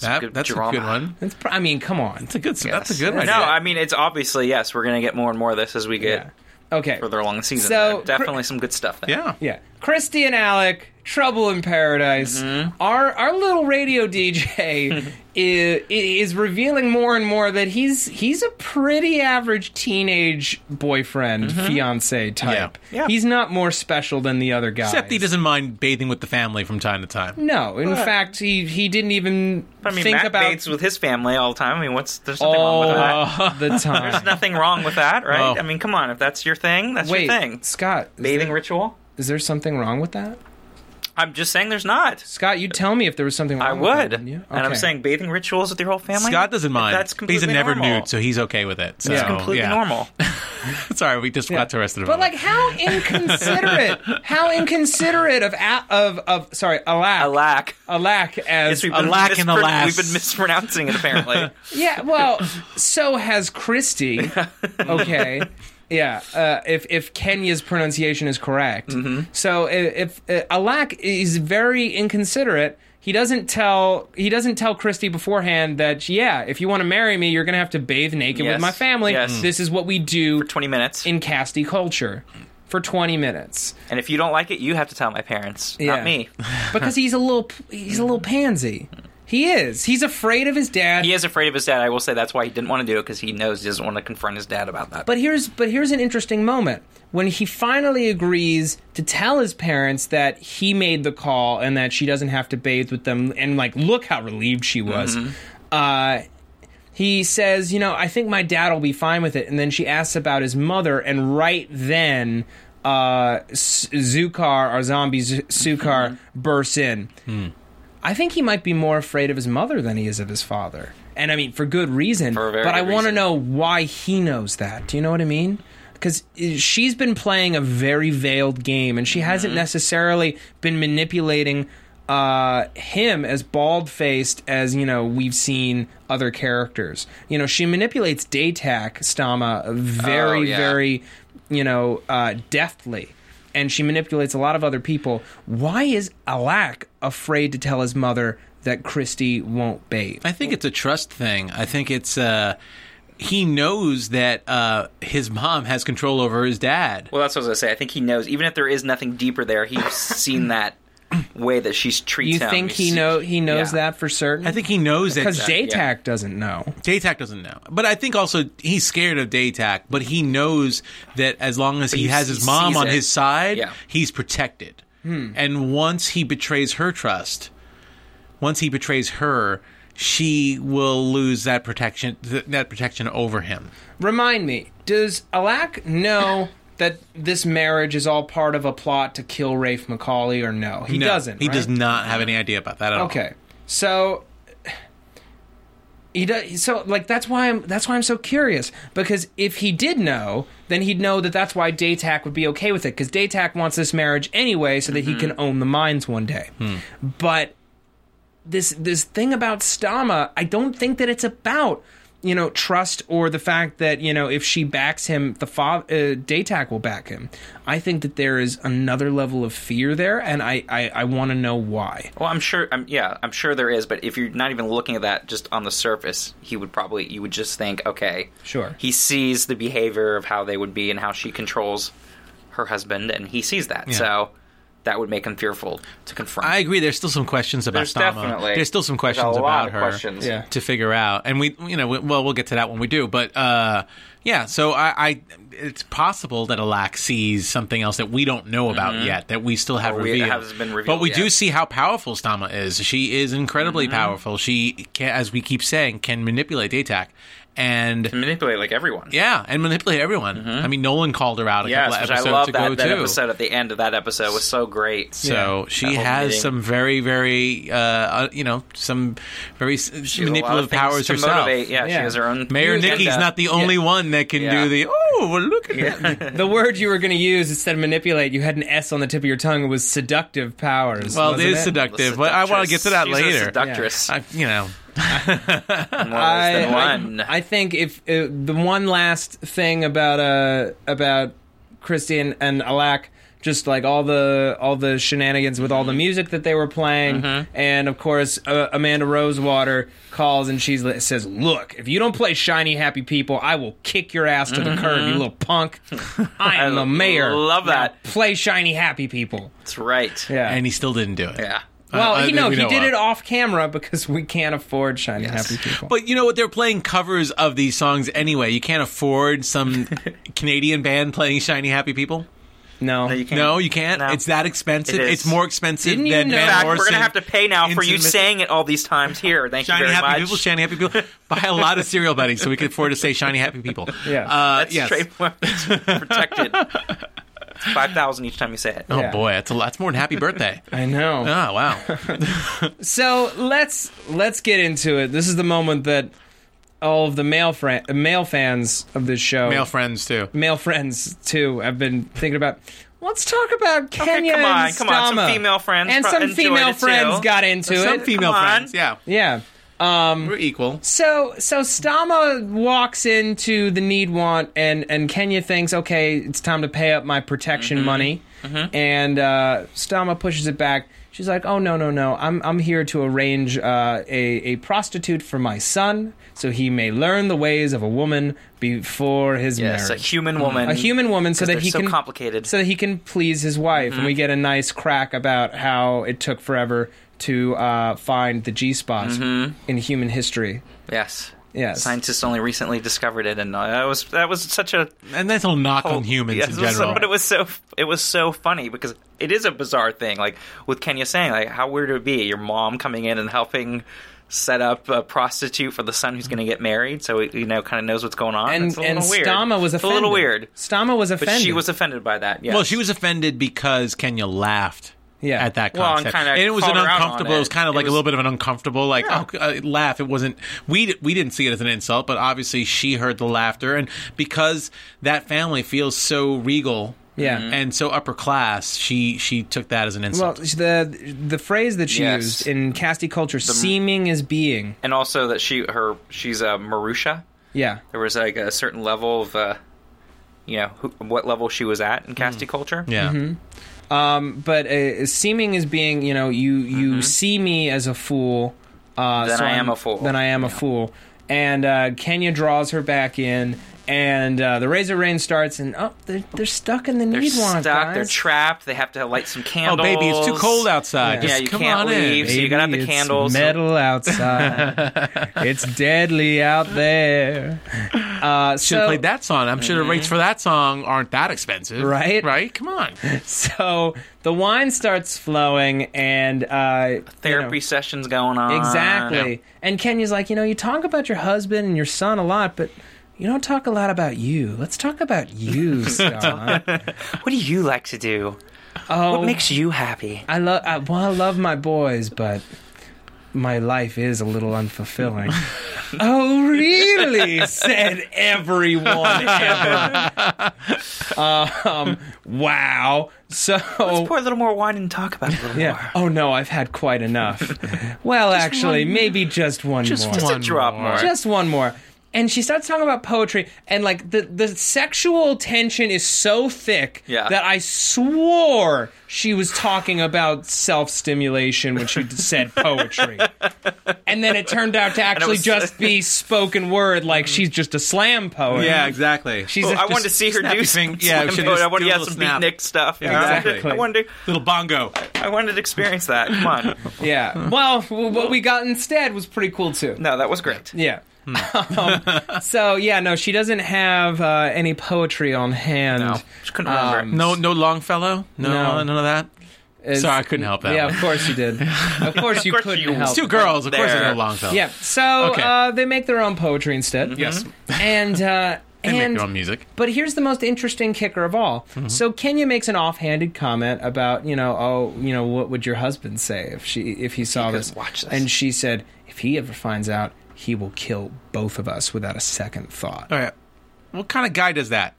S4: that,
S3: good
S4: that's
S3: drama.
S4: a good one.
S2: It's pr- I mean, come on.
S4: That's a good. That's a good
S3: No,
S4: one.
S3: I mean it's obviously yes. We're gonna get more and more of this as we get
S2: Yeah. Okay.
S3: further along the season.
S2: So,
S3: So definitely some good stuff. There.
S4: yeah.
S2: Yeah. Christy and Alec, Trouble in Paradise.
S3: Mm-hmm.
S2: Our our little radio
S3: [LAUGHS]
S2: DJ is, is revealing more and more that he's he's a pretty average teenage boyfriend,
S3: Mm-hmm.
S2: fiance type.
S4: Yeah. Yeah.
S2: He's not more special than the other guys.
S4: Except he doesn't mind bathing with the family from time to time.
S2: No, in fact, he he didn't even
S3: Uh, I mean,
S2: think
S3: Matt
S2: about
S3: dates with his family all the time. I mean, what's there's nothing wrong
S4: Oh.
S3: with that.
S2: all
S3: [LAUGHS]
S2: the time.
S3: There's nothing wrong with that, right?
S4: No.
S3: I mean, come on, if that's your thing, that's
S2: Wait,
S3: your thing.
S2: Scott, is
S3: Bathing
S2: there-
S3: ritual?
S2: Is there something wrong with that?
S3: I'm just saying there's not.
S2: Scott, you'd tell me if there was something wrong
S3: I
S2: with
S3: would.
S2: that, wouldn't you?
S3: And I'm
S2: Okay.
S3: saying bathing rituals with your whole family?
S4: Scott doesn't mind.
S3: That's
S4: he's
S3: completely
S4: a never
S3: normal.
S4: nude, so he's okay with it. So,
S2: It's
S3: Completely
S4: yeah.
S3: normal.
S4: [LAUGHS] Sorry, we just got to arrested.
S2: But like, how inconsiderate! how inconsiderate of a- of of sorry, alack,
S3: Alack.
S2: alack as
S3: Yes, we've
S4: a
S3: been
S4: lack and a
S3: mispron-
S4: lass.
S3: We've been mispronouncing
S2: [LAUGHS]
S3: it, apparently.
S2: yeah. Well, so has
S3: [LAUGHS]
S2: Christy. Okay. Yeah, uh, if if Kenya's pronunciation is correct,
S3: Mm-hmm.
S2: so i- if, if uh, Alak is very inconsiderate, he doesn't tell he doesn't tell Christy beforehand that yeah, if you want to marry me, you're gonna have to bathe naked with
S3: Yes,
S2: my family.
S3: yes.
S2: This is what we do
S3: 20 minutes.
S2: in casty culture for 20 minutes
S3: and if you don't like it, you have to tell my parents,
S2: Yeah.
S3: not me.
S2: because he's a little he's a little pansy he is he's afraid of his dad
S3: He is afraid of his dad. I will say that's why he didn't want to do it, because he knows he doesn't want to confront his dad about that.
S2: but here's but here's an interesting moment when he finally agrees to tell his parents that he made the call and that she doesn't have to bathe with them and like look how relieved she was
S3: Mm-hmm.
S2: uh he says, you know, I think my dad will be fine with it. And then she asks about his mother, and right then, uh, S- Zukar, our zombie Z- Sukar,
S3: Mm-hmm.
S2: bursts in.
S3: Hmm.
S2: I think he might be more afraid of his mother than he is of his father. And I mean, for good reason.
S3: For a very
S2: but I
S3: good
S2: want to
S3: reason.
S2: know why he knows that. Do you know what I mean? Because she's been playing a very veiled game, and she
S3: Mm-hmm.
S2: hasn't necessarily been manipulating uh, him as bald faced as you know we've seen other characters. You know, she manipulates Daytak Stama very,
S3: Oh, yeah.
S2: very, you know, uh, deftly. And she manipulates a lot of other people. Why is Alak afraid to tell his mother that Christy won't bathe?
S4: I think it's a trust thing. I think it's uh, he knows that uh, his mom has control over his dad.
S3: Well, that's what I was going to say. I think he knows. Even if there is nothing deeper there, he's seen that way that she treats
S2: You
S3: him.
S2: think he
S3: He's-
S2: know he knows
S3: yeah.
S2: that for certain?
S4: I think he knows that
S2: because
S4: that-
S2: Daytac
S3: yeah.
S2: doesn't know.
S4: Daytac doesn't know, but I think also he's scared of Daytac. But he knows that as long as he,
S3: he
S4: has
S3: s-
S4: his mom
S3: sees
S4: on
S3: it.
S4: his side,
S3: Yeah.
S4: he's protected. And once he betrays her trust, once he betrays her, she will lose that protection. Th- that protection over him.
S2: Remind me, does Alak know that this marriage is all part of a plot to kill Rafe McCauley, or no? He
S4: No,
S2: doesn't.
S4: He
S2: right?
S4: does not have any idea about that at all.
S2: Okay, so he does. So like that's why I'm that's why I'm so curious because if he did know, then he'd know that that's why Daytac would be okay with it because Daytac wants this marriage anyway, so that he
S4: Mm-hmm.
S2: can own the mines one day.
S4: Hmm.
S2: But this this thing about Stama, I don't think that it's about you know trust or the fact that you know if she backs him, the fa- uh, Daytac will back him. I think that there is another level of fear there, and I I, I want to know why.
S3: Well, I'm sure. I'm, yeah, I'm sure there is. But if you're not even looking at that, just on the surface, he would probably. You would just think, okay,
S2: Sure.
S3: He sees the behavior of how they would be and how she controls her husband, and he sees that. So that would make him fearful to confront.
S4: I agree. There's still some questions about
S3: There's
S4: Tama.
S3: definitely-
S4: There's still some
S3: there's a
S4: questions
S3: lot
S4: about
S3: of
S4: her
S3: questions.
S2: Yeah.
S4: to figure out, and we, you know, we, well, we'll get to that when we do. But uh, yeah, so I, I, it's possible that Alack sees something else that we don't know about yet that we still have
S3: Mm-hmm. Or we-
S4: revealed.
S3: hasn't been revealed
S4: but we do
S3: yet. Mm-hmm.
S4: see how powerful Stama is. She is incredibly powerful. She, can, as we keep saying, can manipulate Atak. And
S3: manipulate like everyone.
S4: Yeah, and manipulate everyone. I mean, Nolan called her out a
S3: Mm-hmm. Yes,
S4: couple
S3: which
S4: of
S3: I
S4: episodes
S3: love
S4: ago
S3: that, that
S4: too.
S3: episode at the end of that episode was so great.
S4: So she
S3: That whole
S4: has
S3: meeting.
S4: some very, very, uh, uh, you know, some very s
S3: She has a lot
S4: manipulative
S3: of things
S4: powers
S3: to
S4: herself.
S3: motivate. Yeah,
S2: Yeah.
S3: she has her own.
S4: Mayor
S3: agenda.
S4: Nikki's not the only one that can
S3: Yeah.
S4: do the oh, well, look at that.
S2: The word you were going to use instead of manipulate, you had an S on the tip of your tongue. It was seductive powers.
S4: Well, it
S2: wasn't
S4: is seductive, but I want to get to that
S3: She's A
S4: later.
S3: seductress.
S4: I, you know,
S3: More
S2: I, I-
S3: than one.
S2: I think if uh, the one last thing about uh about Christian and Alak, just like all the all the shenanigans with all the music that they were playing,
S4: Mm-hmm.
S2: and of course uh, Amanda Rosewater calls and she says, "Look, if you don't play Shiny Happy People, I will kick your ass to the curb,
S4: Mm-hmm.
S2: you little
S4: [LAUGHS]
S2: punk. I am the mayor.
S3: love
S2: Now
S3: that.
S2: Play Shiny Happy People.
S3: That's right.
S2: Yeah."
S4: and he still didn't do it. Uh,
S3: Yeah.
S2: well,
S4: I- I
S2: you
S4: think
S2: know,
S4: we
S2: he
S4: know
S2: did
S4: of.
S2: it off camera because we can't afford shiny happy people.
S4: But you know what? They're playing covers of these songs anyway. You can't afford
S3: [LAUGHS]
S4: some Canadian band playing "Shiny Happy People."
S2: no,
S3: No, you can't.
S4: No, you can't.
S3: No.
S4: It's that expensive.
S3: It is.
S4: it's more expensive
S2: Didn't you
S4: than
S2: know-
S4: Van
S3: In fact, we're
S4: Morrison
S3: gonna have to pay now for you
S4: Intimate-
S3: saying it all these times here. Thank you
S4: Shiny
S3: very
S4: happy
S3: much.
S4: people, shiny happy
S3: [LAUGHS]
S4: people. Buy a lot of cereal buddies so we can afford to say shiny happy people.
S2: Yeah.
S4: uh,
S3: That's [LAUGHS]
S4: yes.
S3: trademark
S4: [LAUGHS]
S3: It's protected. Five thousand each time you say it.
S4: Oh
S2: Yeah.
S4: boy, that's a lot. That's more than happy birthday.
S2: I know.
S4: Oh wow.
S2: So let's let's get into it. This is the moment that all of the male friend, male fans of this show,
S4: Male friends too.
S2: male friends too, have been thinking about. Let's talk about Kenya
S3: come on,
S2: and
S3: come on, some
S2: Stama.
S3: female friends
S2: and
S3: pro-
S2: some
S3: enjoyed
S2: female
S3: it,
S2: friends
S3: too.
S2: got into
S4: Some
S2: it.
S4: female
S3: come on.
S4: friends. Yeah,
S2: yeah.
S4: we're equal.
S2: So so Stama walks into the need want and and Kenya thinks okay it's time to pay up my protection
S3: Mm-hmm.
S2: money and uh, Stama pushes it back. She's like oh no no no I'm I'm here to arrange uh, a a prostitute for my son so he may learn the ways of a woman before his
S3: Yes, a
S2: marriage.
S3: human woman.
S2: Hmm. A human woman, so
S3: 'Cause
S2: that
S3: they're
S2: he
S3: so
S2: can
S3: complicated. Mm-hmm.
S2: so that he can please his wife. And we get a nice crack about how it took forever to uh, find the G spots
S3: Mm-hmm.
S2: in human history.
S3: Yes.
S2: Yes.
S3: Scientists only recently discovered it, and uh, that was that was such a
S4: And that's a knock on humans
S3: Oh, Yes,
S4: in
S3: it was-
S4: general.
S3: But it was so it was so funny because it is a bizarre thing. Like with Kenya saying, like how weird it would be your mom coming in and helping set up a prostitute for the son who's going to get married, so he, you know kind of knows what's going on.
S2: and
S3: it's a
S2: and
S3: little weird.
S2: Stama was
S3: It's
S2: offended.
S3: a little weird,
S2: Stama was
S3: but
S2: offended.
S3: she was offended by that. Yes.
S4: Well, she was offended because Kenya laughed.
S2: Yeah.
S4: At that
S3: Well, and
S4: concept,
S3: kinda
S4: it was an
S3: called her out on
S4: uncomfortable. It.
S3: it.
S4: was kind of
S3: It
S4: like
S3: was-
S4: a little bit of an uncomfortable, like oh, uh, laugh. It wasn't. We di- we didn't see it as an insult, but obviously she heard the laughter, and because that family feels so regal,
S2: Yeah.
S3: Mm-hmm.
S2: Mhm.
S4: and so upper class, she she took that as an
S2: well,
S4: insult.
S2: the the phrase that she
S3: Yes.
S2: used in Casti culture, seeming as being.
S3: and also that she her she's a Marusha.
S2: Yeah,
S3: There was like a certain level of. Uh, you know who, what level she was at in Casti culture.
S4: Mm. yeah,
S2: mm-hmm. but uh, seeming as being, you know, you you see me as a fool. Uh,
S3: Mm-hmm. Then
S2: so
S3: I am
S2: I'm-
S3: a fool.
S2: Then I am a fool. And uh, Kenya draws her back in, and uh, the razor rain starts, and oh, they're, they're stuck in the
S3: They're
S2: need
S3: stuck.
S2: want, guys.
S3: They're trapped. They have to light some
S4: oh
S3: candles.
S4: baby, it's too cold outside.
S3: Yeah,
S4: Just
S3: you
S4: come
S3: can't
S4: on
S3: leave.
S4: in.
S3: So you gotta have the
S2: Baby, it's
S3: candles.
S2: Metal
S3: [LAUGHS]
S2: outside. it's deadly out there. Uh,
S4: Should have
S2: so,
S4: played that song. I'm sure the rates
S3: Mm-hmm.
S4: for that song aren't that expensive,
S2: Right?
S4: Right? Come on.
S3: [LAUGHS]
S2: so the wine starts flowing, and uh,
S3: therapy
S2: you know,
S3: sessions going on.
S2: exactly. And Kenya's like, you know, you talk about your husband and your son a lot, but you don't talk a lot about you. Let's talk about
S3: [LAUGHS]
S2: you, Scott.
S3: What do you like to do?
S2: oh,
S3: What makes you happy?
S2: I love. I, well, I love my boys, but my life is a little [LAUGHS] unfulfilling. oh, really? Said everyone ever. um, wow. So.
S4: Oh.
S3: Pour a little more wine and talk about it a little
S2: yeah.
S3: more.
S2: Oh no, I've had quite [LAUGHS] enough. well, actually, maybe just one more.
S3: Just a drop more.
S2: Just one more. and she starts talking about poetry, and like the the sexual tension is so thick
S3: Yeah.
S2: that I swore she was talking about self stimulation when she said
S3: [LAUGHS]
S2: poetry, and then it turned out to actually
S3: was- [LAUGHS]
S2: just be spoken word, like she's just a slam poet.
S4: Yeah, exactly.
S2: she's.
S3: Well,
S2: just
S3: Oh, I wanted to see her do
S4: snappy
S3: some
S4: thing. Yeah,
S3: slam
S4: she
S3: poetry.
S4: just
S3: I wanted
S4: do
S3: to
S4: a
S3: have
S4: little
S3: some
S4: snap.
S3: beatnik stuff. you know?
S4: exactly.
S3: I wanted,
S4: little bongo.
S3: I wanted to experience that. Come on. [LAUGHS]
S2: Yeah. Well, w- what we got instead was pretty cool too.
S3: No, that was great.
S2: Yeah.
S3: Hmm.
S2: [LAUGHS] um, so yeah, no, she doesn't have uh, any poetry on hand.
S3: No, just couldn't remember.
S2: Um,
S4: No, no Longfellow. No,
S2: No.
S4: none of that.
S2: It's-
S4: Sorry, I couldn't help that
S2: Yeah,
S4: one.
S2: of course you
S4: [LAUGHS]
S2: did. Of course you
S3: course
S2: couldn't
S3: you-
S2: help.
S4: It's two girls. Of course, there's
S3: There.
S4: no Longfellow.
S2: yeah. So
S4: Okay.
S2: uh, they make their own poetry instead.
S3: Mm-hmm.
S4: Yes.
S2: And uh,
S4: [LAUGHS] They
S2: and
S4: make their own music. Mm-hmm.
S2: But here's the most interesting kicker of all. So Kenya makes an offhanded comment about, you know, oh, you know, what would your husband say if she if he saw
S3: couldn't
S2: this?
S3: watch this.
S2: And she said, if he ever finds out, he will kill both of us without a second thought.
S4: All right. What kind of guy does that?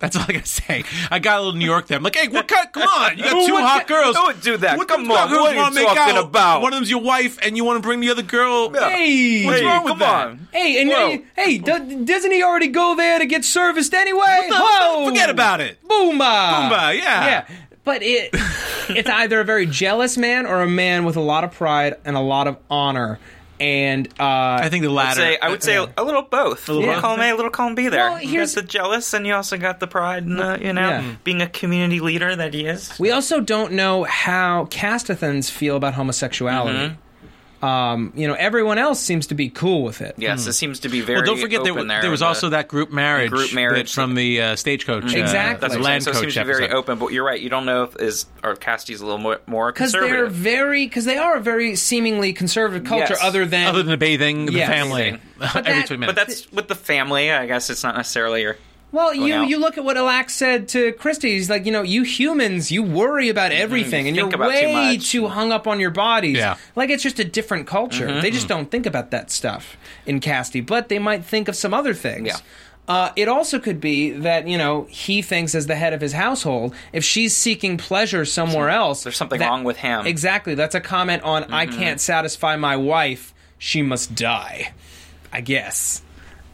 S4: That's all I gotta say. I got a little New York there. I'm like, hey, what kind? Come on, you got two
S3: What
S4: hot
S3: ki-
S4: girls.
S3: who would do that?
S4: What
S3: Come
S4: two hot
S3: on,
S4: girls
S3: what are you
S4: wanna make
S3: talking
S4: out?
S3: about?
S4: One of them's your wife, and you want to bring the other girl.
S2: Hey,
S4: What's
S3: Hey,
S4: wrong with
S3: come
S4: that?
S3: on.
S2: hey, and
S3: Whoa.
S2: hey, hey, do, doesn't he already go there to get serviced anyway?
S4: the-
S2: Whoa.
S4: forget about it.
S2: Boomba.
S3: Ah.
S4: Boomba, yeah.
S2: Yeah. But it it's either a very jealous man or a man with a lot of pride and a lot of honor. And uh,
S4: I think the
S3: I'd
S4: latter.
S3: say, I would say a little both. A little
S2: both.
S3: column A, a little column B there.
S2: Well,
S3: you
S2: here's-
S3: got the jealous, and you also got the pride, and the, you know,
S2: Yeah. Mm.
S3: being a community leader that he is.
S2: We also don't know how Castathans feel about homosexuality. Um, you know, everyone else seems to be cool with it.
S3: Yes, it seems to be very.
S4: Hmm. Well, don't forget there,
S3: open
S4: w-
S3: there. uh,
S4: there, was
S3: the-
S4: also that group marriage,
S3: group
S4: that-
S3: marriage.
S4: from the uh, stagecoach. uh,
S2: Exactly.
S3: That's
S4: the
S3: what I'm saying.
S4: land
S3: So it
S4: coach
S3: seems to be very
S4: episode.
S3: open, but you're right. You don't know if is or Casty's a little more, more
S2: Because they're
S3: conservative.
S2: very, because they are a very seemingly conservative culture,
S3: Yes.
S2: other than
S4: Other than the bathing, the
S2: Yes.
S4: [LAUGHS] family,
S2: But
S4: every
S2: that-
S4: two
S3: but
S4: minutes.
S3: that's with the family. I guess it's not necessarily your.
S2: Well, you
S3: out.
S2: you look at what Alax said to Christie. He's like, you know, you humans, you worry about everything, and
S3: Mm-hmm. think
S2: you're
S3: about too
S2: way
S3: much.
S2: too, hung up on your bodies.
S4: Yeah.
S2: Like it's just a different culture.
S3: Mm-hmm.
S2: They just don't think about that stuff in Casti, but they might think of some other things.
S3: Yeah.
S2: Uh, it also could be that you know he thinks as the head of his household, if she's seeking pleasure somewhere else,
S3: There's something
S2: that-
S3: wrong with him.
S2: Exactly. That's a comment on I can't satisfy my wife. She must die. I guess.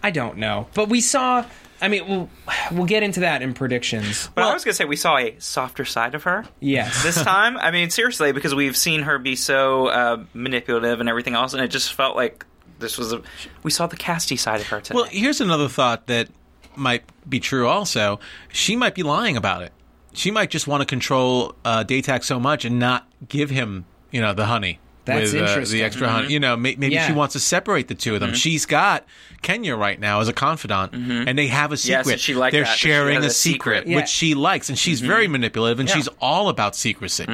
S2: I don't know. But we saw. I mean, we'll we'll get into that in predictions.
S3: But I was gonna say we saw a softer side of her.
S2: Yes. [LAUGHS]
S3: this time. I mean, seriously, because we've seen her be so uh, manipulative and everything else, and it just felt like this was a. We saw the casty side of her today.
S4: Well, here's another thought that might be true also. She might be lying about it. She might just want to control uh, Daytax so much and not give him, you know, the honey.
S2: That's
S4: with, uh,
S2: interesting.
S4: the extra honey. You know, may- maybe
S2: Yeah.
S4: she wants to separate the two of them. She's got Kenya right now as a confidant, Mm-hmm. and they have a
S3: Yes,
S4: secret.
S3: and she liked
S4: They're
S3: that, that she
S4: sharing
S3: has
S4: a
S3: a
S4: secret, Mm-hmm.
S3: secret.
S2: Yeah.
S4: which she likes, and she's very manipulative, and
S3: Yeah.
S4: she's all about secrecy.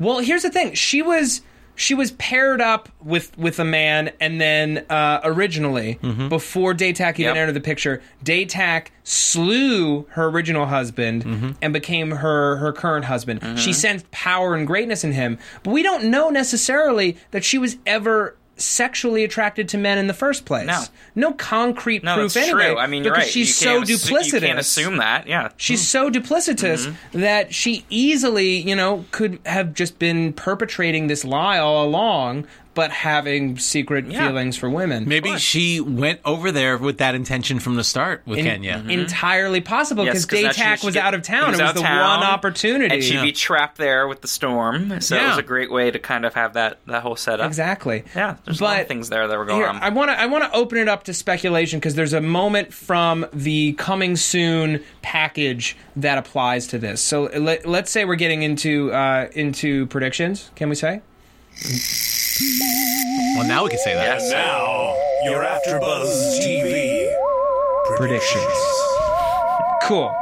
S2: Well, here's the thing. She was she was paired up with with a man, and then uh, originally before Daytak even
S3: Mm-hmm. Yep.
S2: entered the picture, Daytak slew her original husband
S3: Mm-hmm.
S2: and became her her current husband. She sensed power and greatness in him, but we don't know necessarily that she was ever sexually attracted to men in the first place.
S3: No.
S2: no concrete
S3: no,
S2: proof
S3: that's
S2: anyway.
S3: true. I mean, you're
S2: because
S3: right.
S2: she's
S3: you
S2: so
S3: can't assu-
S2: duplicitous.
S3: You can't assume that. Yeah,
S2: She's so duplicitous
S3: Mm-hmm.
S2: that she easily, you know, could have just been perpetrating this lie all along, but having secret
S3: Yeah.
S2: feelings for women.
S4: Maybe she went over there with that intention from the start with Kenya.
S2: Entirely possible
S3: Mm-hmm. Yes,
S2: because
S3: 'cause now she-
S2: Daytak
S3: she
S2: was
S3: get-
S2: out of
S3: he
S2: town. It was
S3: out
S2: the
S3: of town,
S2: one opportunity.
S3: and she'd be trapped there with the storm. So it
S4: Yeah.
S3: was a great way to kind of have that that whole setup.
S2: Exactly.
S3: Yeah, there's a lot of things there that were going
S2: Here,
S3: on.
S2: I want to I want to open it up to speculation because there's a moment from the coming soon package that applies to this. So let, let's say we're getting into uh, into predictions. Can we say?
S4: Well, now we can say that.
S5: And now, your AfterBuzz TV
S2: predictions. Cool.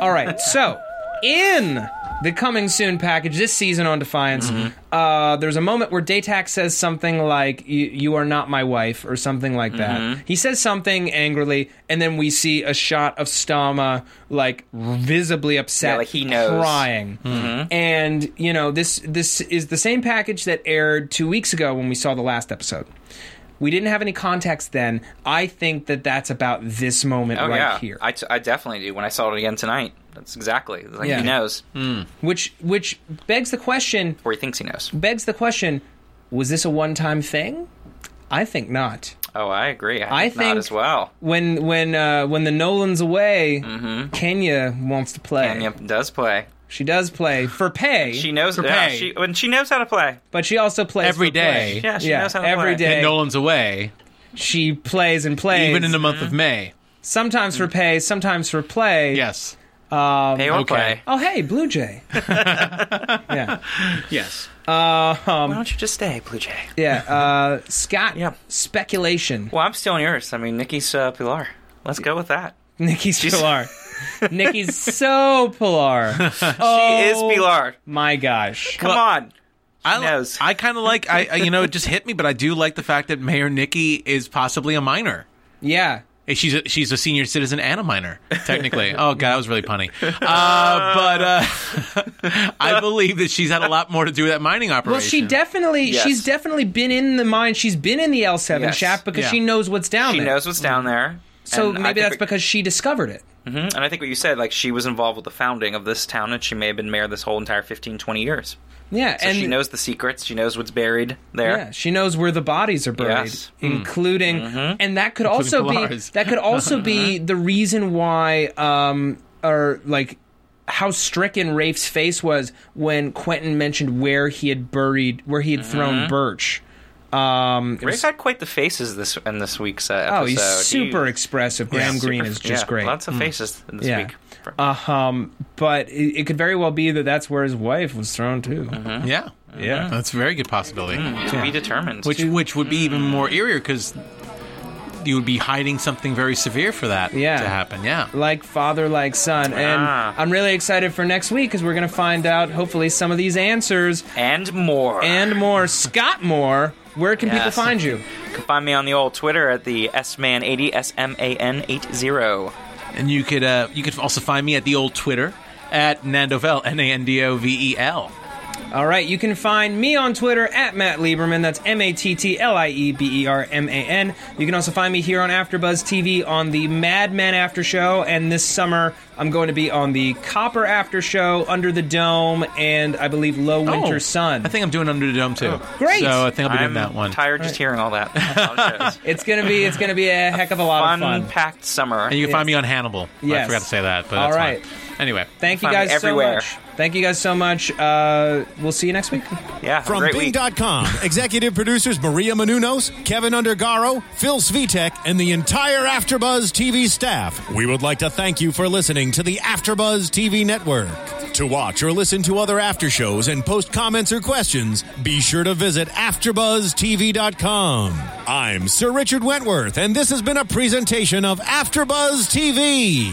S2: All right. So, in the coming soon package this season on Defiance,
S3: Mm-hmm.
S2: uh, there's a moment where Daytax says something like, "You you are not my wife" or something like
S3: Mm-hmm.
S2: that. He says something angrily, and then we see a shot of Stama like visibly upset,
S3: Yeah, like he knows.
S2: crying.
S3: Mm-hmm.
S2: And you know this this is the same package that aired two weeks ago when we saw the last episode. We didn't have any context then. I think that that's about this moment
S3: oh
S2: right
S3: yeah,
S2: here.
S3: I, t- I definitely do. When I saw it again tonight, that's exactly like
S2: Yeah.
S3: he knows,
S2: which which begs the question
S3: or he thinks he knows.
S2: begs the question was this a one time thing i think not
S3: Oh, I agree. I,
S2: I
S3: think not
S2: think
S3: as well.
S2: when when uh, when the Nolan's away,
S3: Mm-hmm.
S2: Kenya wants to play.
S3: Anya does play.
S2: She does play for pay,
S3: She knows.
S4: For
S3: Yeah,
S4: pay.
S3: she when she knows how to play.
S2: but she also plays
S4: Every
S2: for play.
S4: day.
S3: Yeah, she knows how to
S2: every
S3: play.
S2: day
S4: And Nolan's away,
S2: she plays and plays.
S4: even in the month of May.
S2: sometimes for pay, sometimes for play.
S4: Yes.
S3: Pay or
S4: okay.
S3: play.
S2: Oh hey, Blue
S4: [LAUGHS]
S2: Jay. yeah.
S4: Yes.
S3: Why don't you just stay, Blue Jay?
S2: um, Yeah. Uh, Scott.
S3: Yeah.
S2: Speculation.
S3: Well, I'm stealing yours. I mean, Nikki's uh, Pilar. Let's go with that.
S2: Nikki's
S3: [LAUGHS]
S2: Pilar. Nikki's so Pilar. oh,
S3: She is Pilar.
S2: My gosh.
S3: Come on.
S4: I,
S3: knows?
S4: I kind of like I, I you know it just hit me, but I do like the fact that Mayor Nikki is possibly a minor. Eh,
S2: Yeah.
S4: She's a, she's a senior citizen and a minor, technically. oh god, that was really punny. Uh, but uh, [LAUGHS] I believe that she's had a lot more to do with that mining operation.
S2: Well, she definitely,
S3: Yes.
S2: she's definitely been in the mine. She's been in the L seven
S3: Yes.
S2: shaft because
S4: Yeah.
S2: she knows what's down
S3: She
S2: there.
S3: knows what's down there.
S2: so
S3: And I
S2: maybe
S3: think
S2: that's
S3: what-
S2: because she discovered it.
S3: Mhm. And I think what you said, like she was involved with the founding of this town, and she may have been mayor this whole entire 15, 20 years.
S2: Yeah,
S3: So
S2: and
S3: she knows the secrets. She knows what's buried there.
S2: Yeah, she knows where the bodies are buried,
S3: Yes. Hmm. Mm-hmm.
S2: including, and that could also be
S4: Pilar's.
S2: that could also
S3: [LAUGHS]
S2: be the reason why, um, or like how stricken Rafe's face was when Quentin mentioned where he had buried, where he had
S3: Mm-hmm.
S2: thrown Birch. Um, it
S3: Rafe
S2: was-
S3: had quite the faces this in this week's uh, episode.
S2: oh, he's super
S3: He-
S2: expressive. Graham
S3: super-
S2: Greene is just
S3: yeah,
S2: great. Mm.
S3: Lots of faces this
S2: Yeah.
S3: week.
S2: Uh, um, but it, it could very well be that that's where his wife was thrown too.
S4: Uh-huh. yeah,
S2: Yeah.
S4: that's a very good possibility.
S3: to be determined.
S4: Which which would be even more eerier because you would be hiding something very severe for that
S2: Yeah.
S4: to happen. Yeah.
S2: like father like son and
S3: Ah.
S2: i'm really excited for next week because we're going to find out hopefully some of these answers
S3: and more.
S2: and more scott moore where can people
S3: Yes.
S2: find you
S3: you can find me on the old Twitter at the sman80 s m a n 80.
S4: And you could uh, you could also find me at the old Twitter at Nandovel N A N D O V E L.
S2: all right you can find me on twitter at matt lieberman that's E m-a-t-t-l-i-e-b-e-r-m-a-n you can also find me here on afterbuzz tv on the mad men after show and this summer i'm going to be on the copper after show under the dome and i believe low winter sun
S4: Oh.
S2: Oh,
S4: I think I'm doing Under the Dome too.
S2: Great.
S4: So I think I'll be
S3: I'm
S4: doing that one.
S3: tired just hearing all that. All shows.
S2: it's gonna be it's gonna be a heck of a lot of fun
S3: Fun-packed summer.
S4: And you can find me on Hannibal. I
S2: Yes.
S4: forgot to say that, but
S2: All
S4: that's
S2: right.
S4: fine. Anyway.
S2: Thank you
S3: Find me
S2: guys so
S3: everywhere.
S2: much. Thank you guys so much. Uh, we'll see you next week.
S3: yeah, have a
S1: From
S3: great week.
S1: Bing.com, executive producers Maria Manunos, Kevin Undergaro, Phil Svitek, and the entire Afterbuzz TV staff. We would like to thank you for listening to the Afterbuzz TV network. To watch or listen to other after shows and post comments or questions, be sure to visit AfterbuzzTV.com. I'm Sir Richard Wentworth, and this has been a presentation of Afterbuzz TV.